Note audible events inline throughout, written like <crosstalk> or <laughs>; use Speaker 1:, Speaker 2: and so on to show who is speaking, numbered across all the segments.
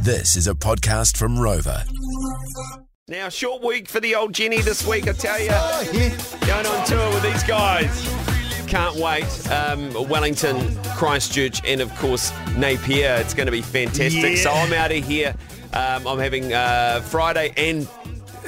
Speaker 1: This is a podcast from Rover.
Speaker 2: Now, short week for the old Jenny this week, I tell you.
Speaker 3: Yeah.
Speaker 2: Going on tour with these guys. Can't wait. Um, Wellington, Christchurch, and of course, Napier. It's going to be fantastic.
Speaker 3: Yeah.
Speaker 2: So I'm out of here. Um, I'm having uh, Friday and,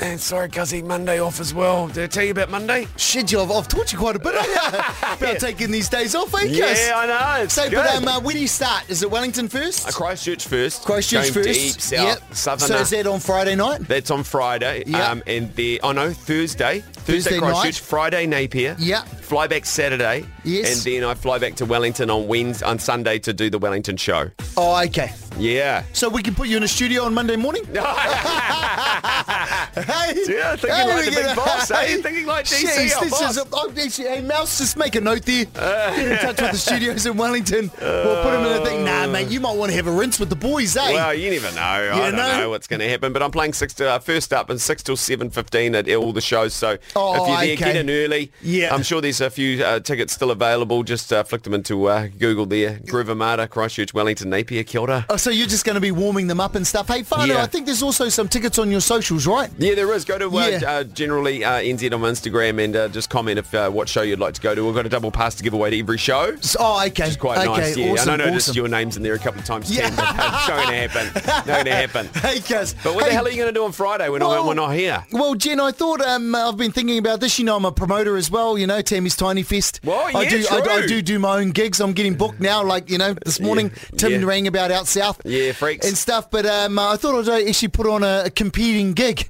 Speaker 2: and sorry, Guzzy, Monday off as well. Did I tell you about Monday?
Speaker 3: Shit, you, I've, I've taught you quite a bit <laughs> about taking these days off, eh, Chris?
Speaker 2: Yeah, I know. It's
Speaker 3: So,
Speaker 2: good. Uh,
Speaker 3: but um, uh, where do you start? Is it Wellington first?
Speaker 2: Christchurch first.
Speaker 3: Christchurch
Speaker 2: Going
Speaker 3: first.
Speaker 2: Deep south, uh, southerner.
Speaker 3: So is that on Friday night?
Speaker 2: That's on Friday.
Speaker 3: Yeah.
Speaker 2: Um, and the oh no, Thursday. Thursday,
Speaker 3: Thursday
Speaker 2: Christchurch,
Speaker 3: night.
Speaker 2: Friday Napier.
Speaker 3: Yeah.
Speaker 2: Fly back Saturday.
Speaker 3: Yes.
Speaker 2: And then I fly back to Wellington on Wednesday on Sunday to do the Wellington show.
Speaker 3: Oh, okay.
Speaker 2: Yeah. <laughs>
Speaker 3: So we can put you in a studio on Monday morning? Hey,
Speaker 2: Yeah, thinking
Speaker 3: Hey, we
Speaker 2: like the
Speaker 3: get
Speaker 2: big
Speaker 3: a-
Speaker 2: boss, eh?
Speaker 3: <laughs>
Speaker 2: Thinking like DC,
Speaker 3: Jeez,
Speaker 2: our
Speaker 3: this
Speaker 2: boss. Uh,
Speaker 3: is a, oh, actually, hey, Mouse, just make a note there. Get in touch with
Speaker 2: <laughs>
Speaker 3: the studios in Wellington. we'll put him in a thing. Nah, mate, you might want to have a rinse with the boys, eh?
Speaker 2: Well, you never know. I
Speaker 3: You
Speaker 2: don't
Speaker 3: know?
Speaker 2: know what's going to happen, but I'm playing six to, uh, first up and six till seven fifteen at all the shows. So
Speaker 3: Oh,
Speaker 2: if you're there,
Speaker 3: okay.
Speaker 2: get in early.
Speaker 3: Yeah.
Speaker 2: I'm sure there's a few uh, tickets still available. Just uh, flick them into uh, Google there. Groove Amada, Christchurch, Wellington, Napier, Kia ora.
Speaker 3: oh, so you're just going to be warming them up and stuff. Hey, Fano,
Speaker 2: Yeah.
Speaker 3: I think there's also some tickets on your socials, right?
Speaker 2: Yeah, there is. Go to uh,
Speaker 3: Yeah.
Speaker 2: uh, generally uh, NZ on Instagram and uh, just comment if uh, what show you'd like to go to. We've got a double pass to give away to every show.
Speaker 3: So- Oh, okay.
Speaker 2: It's quite
Speaker 3: okay,
Speaker 2: nice. Yeah,
Speaker 3: awesome,
Speaker 2: and I noticed
Speaker 3: awesome.
Speaker 2: your name's in there a couple of times.
Speaker 3: Yeah.
Speaker 2: Tim, but it's not going to happen. Not going to happen.
Speaker 3: <laughs> Hey, Kaz.
Speaker 2: But what
Speaker 3: hey,
Speaker 2: the hell are you going to do on Friday when I,
Speaker 3: well-
Speaker 2: we're not here?
Speaker 3: Well, Jen, I thought um, I've been thinking about this. You know, I'm a promoter as well. You know, Tammy's Tiny Fest.
Speaker 2: Well,
Speaker 3: I
Speaker 2: yeah,
Speaker 3: do, I, I
Speaker 2: true.
Speaker 3: do do my own gigs. I'm getting booked now. Like you know, this morning
Speaker 2: Yeah,
Speaker 3: Tim
Speaker 2: yeah.
Speaker 3: rang about out south.
Speaker 2: Yeah, freaks.
Speaker 3: and stuff. But um, I thought I'd actually put on a, a competing gig.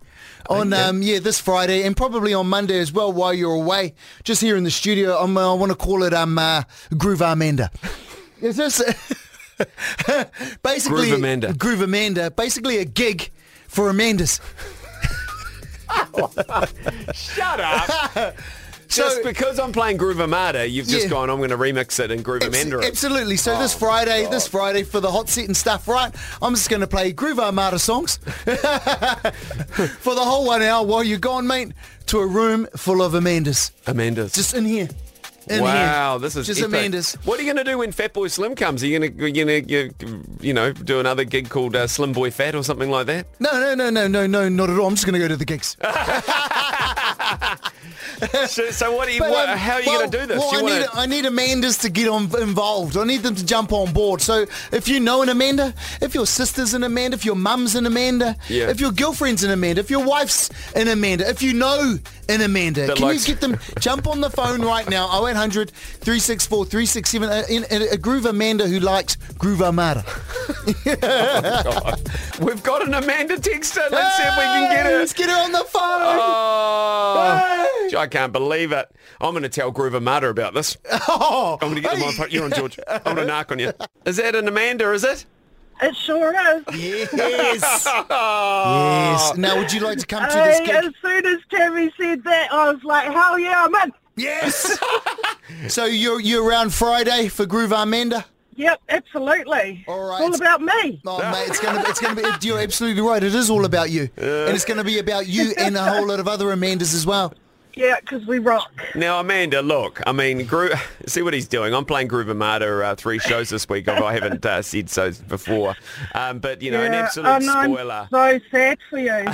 Speaker 3: On
Speaker 2: Okay.
Speaker 3: um, yeah, this Friday and probably on Monday as well. While you're away, just here in the studio, I'm, I want to call it um uh, Groove Armanda. <laughs> Is this <laughs> basically
Speaker 2: Groove Amanda.
Speaker 3: Groove Amanda, basically a gig for Amanda's.
Speaker 2: Shut up.
Speaker 3: <laughs>
Speaker 2: Just
Speaker 3: So-
Speaker 2: because I'm playing Groove Amada, you've just
Speaker 3: Yeah.
Speaker 2: gone, I'm going to remix it and Groove Amanda
Speaker 3: Abs-
Speaker 2: it.
Speaker 3: Absolutely. So
Speaker 2: Oh,
Speaker 3: this Friday, this Friday for the hot set and stuff, right? I'm just going to play Groove Armada songs <laughs> for the whole one hour while you're gone, mate, to a room full of Amandas.
Speaker 2: Amanda's.
Speaker 3: Just in here. In
Speaker 2: wow,
Speaker 3: here.
Speaker 2: this is
Speaker 3: Just
Speaker 2: epic.
Speaker 3: Amanda's.
Speaker 2: What are you going to do when Fat Boy Slim comes? Are you going to you going to you know do another gig called uh, Slim Boy Fat or something like that?
Speaker 3: No, no, no, no, no, no, not at all. I'm just going to go to the gigs.
Speaker 2: So, so what are you,
Speaker 3: But,
Speaker 2: what,
Speaker 3: um,
Speaker 2: how are you
Speaker 3: well-
Speaker 2: going to do this?
Speaker 3: Well,
Speaker 2: Do
Speaker 3: I,
Speaker 2: you wanna-
Speaker 3: need, I need Amanda's to get on involved. I need them to jump on board. So if you know an Amanda, if your sister's an Amanda, if your mum's an Amanda,
Speaker 2: Yeah.
Speaker 3: if your girlfriend's an Amanda, if your wife's an Amanda, if you know an Amanda,
Speaker 2: That
Speaker 3: can
Speaker 2: likes-
Speaker 3: you get
Speaker 2: <laughs>
Speaker 3: them, jump on the phone right now, 0800 364 367, a, uh, a, a groove Amanda who likes Groove Armada.
Speaker 2: We've got an Amanda Texter. Let's see if we can get
Speaker 3: Hey,
Speaker 2: her.
Speaker 3: Let's get her on the phone.
Speaker 2: Oh, I can't believe it. I'm going to tell Groove Amada about this.
Speaker 3: Oh,
Speaker 2: I'm going to get him on.
Speaker 3: hey.
Speaker 2: You're on, George. I'm going to knock on you. Is that an Amanda, is it?
Speaker 4: It sure is.
Speaker 3: <laughs>
Speaker 2: <laughs>
Speaker 3: Yes.
Speaker 2: Oh.
Speaker 3: yes. Now, would you like to come to this
Speaker 4: Hey,
Speaker 3: gig?
Speaker 4: as soon as Tammy said that, I was like, hell yeah, I'm in.
Speaker 3: Yes. <laughs> so you're you're around Friday for Groove Armanda.
Speaker 4: Yep, absolutely.
Speaker 3: All right.
Speaker 4: It's all about me.
Speaker 3: Oh mate, it's gonna it's gonna be. You're absolutely right. It is all about you, and it's gonna be about you and a whole lot of other Amandas as well.
Speaker 4: Yeah, 'cause we rock.
Speaker 2: Now, Amanda, look, I mean, Gro- <laughs> see what he's doing. I'm playing Groove Amada uh, three shows this week. although I haven't uh, said so before. Um, but, you know, an
Speaker 4: yeah.
Speaker 2: absolute
Speaker 4: and I'm
Speaker 2: spoiler.
Speaker 4: so sad
Speaker 2: <laughs>
Speaker 4: for you.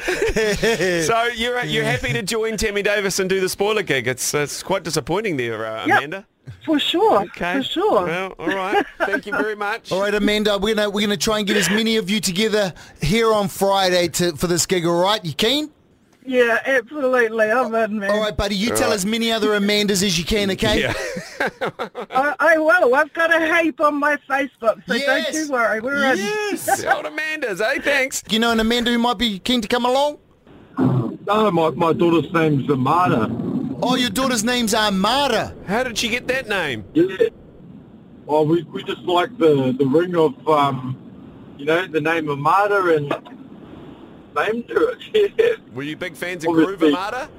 Speaker 2: So you're you're happy to join Tammy Davis and do the spoiler gig? It's it's quite disappointing there, uh,
Speaker 4: Yep.
Speaker 2: Amanda.
Speaker 4: For sure.
Speaker 2: Okay.
Speaker 4: For sure.
Speaker 2: Well,
Speaker 3: <laughs>
Speaker 2: all right. Thank you very much.
Speaker 3: All right, Amanda, we're gonna we're gonna try and get as many of you together here on Friday to for this gig. All right, you keen?
Speaker 4: Yeah, absolutely. I'm in, man.
Speaker 3: All right, buddy. You tell as many other Amandas as you can. Okay.
Speaker 2: Yeah.
Speaker 4: I, I will. I've got a heap on my Facebook, so
Speaker 3: Yes.
Speaker 4: don't you worry. We're
Speaker 3: Yes. <laughs>
Speaker 2: Old Amanda's, eh? Thanks.
Speaker 3: You know an Amanda who might be keen to come along?
Speaker 5: No, my, my daughter's name's Amada.
Speaker 3: Oh, your daughter's name's Armada.
Speaker 2: How did she get that name?
Speaker 5: Yeah. Oh, we, we just like the, the ring of, um, you know, the name Amada and named her it. <laughs> Yeah.
Speaker 2: Were you big fans of Groove
Speaker 5: Obviously.
Speaker 2: Amada?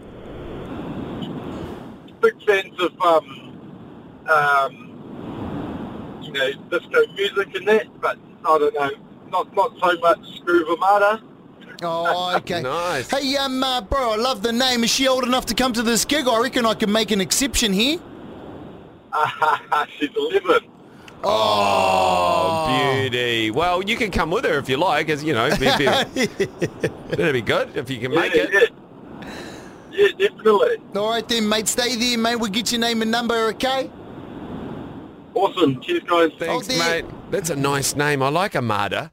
Speaker 5: Big fans of, um, um, you know, disco music and that, but I don't know, not not so much Groove <laughs> Amada.
Speaker 3: Oh, okay.
Speaker 2: Nice.
Speaker 3: Hey, um, uh, bro, I love the name. Is she old enough to come to this gig? I reckon I can make an exception here.
Speaker 5: She's 11.
Speaker 2: Oh, beauty. Well, you can come with her if you like, as you know. Be, be,
Speaker 3: <laughs>
Speaker 2: that'd be good if you can make
Speaker 5: yeah,
Speaker 2: it.
Speaker 5: Yeah. yeah, definitely.
Speaker 3: All right then, mate. Stay there, mate. We'll get your name and number, okay?
Speaker 5: Awesome. Cheers, guys.
Speaker 3: Oh,
Speaker 2: Thanks,
Speaker 3: dear.
Speaker 2: mate. That's a nice name. I like Amada.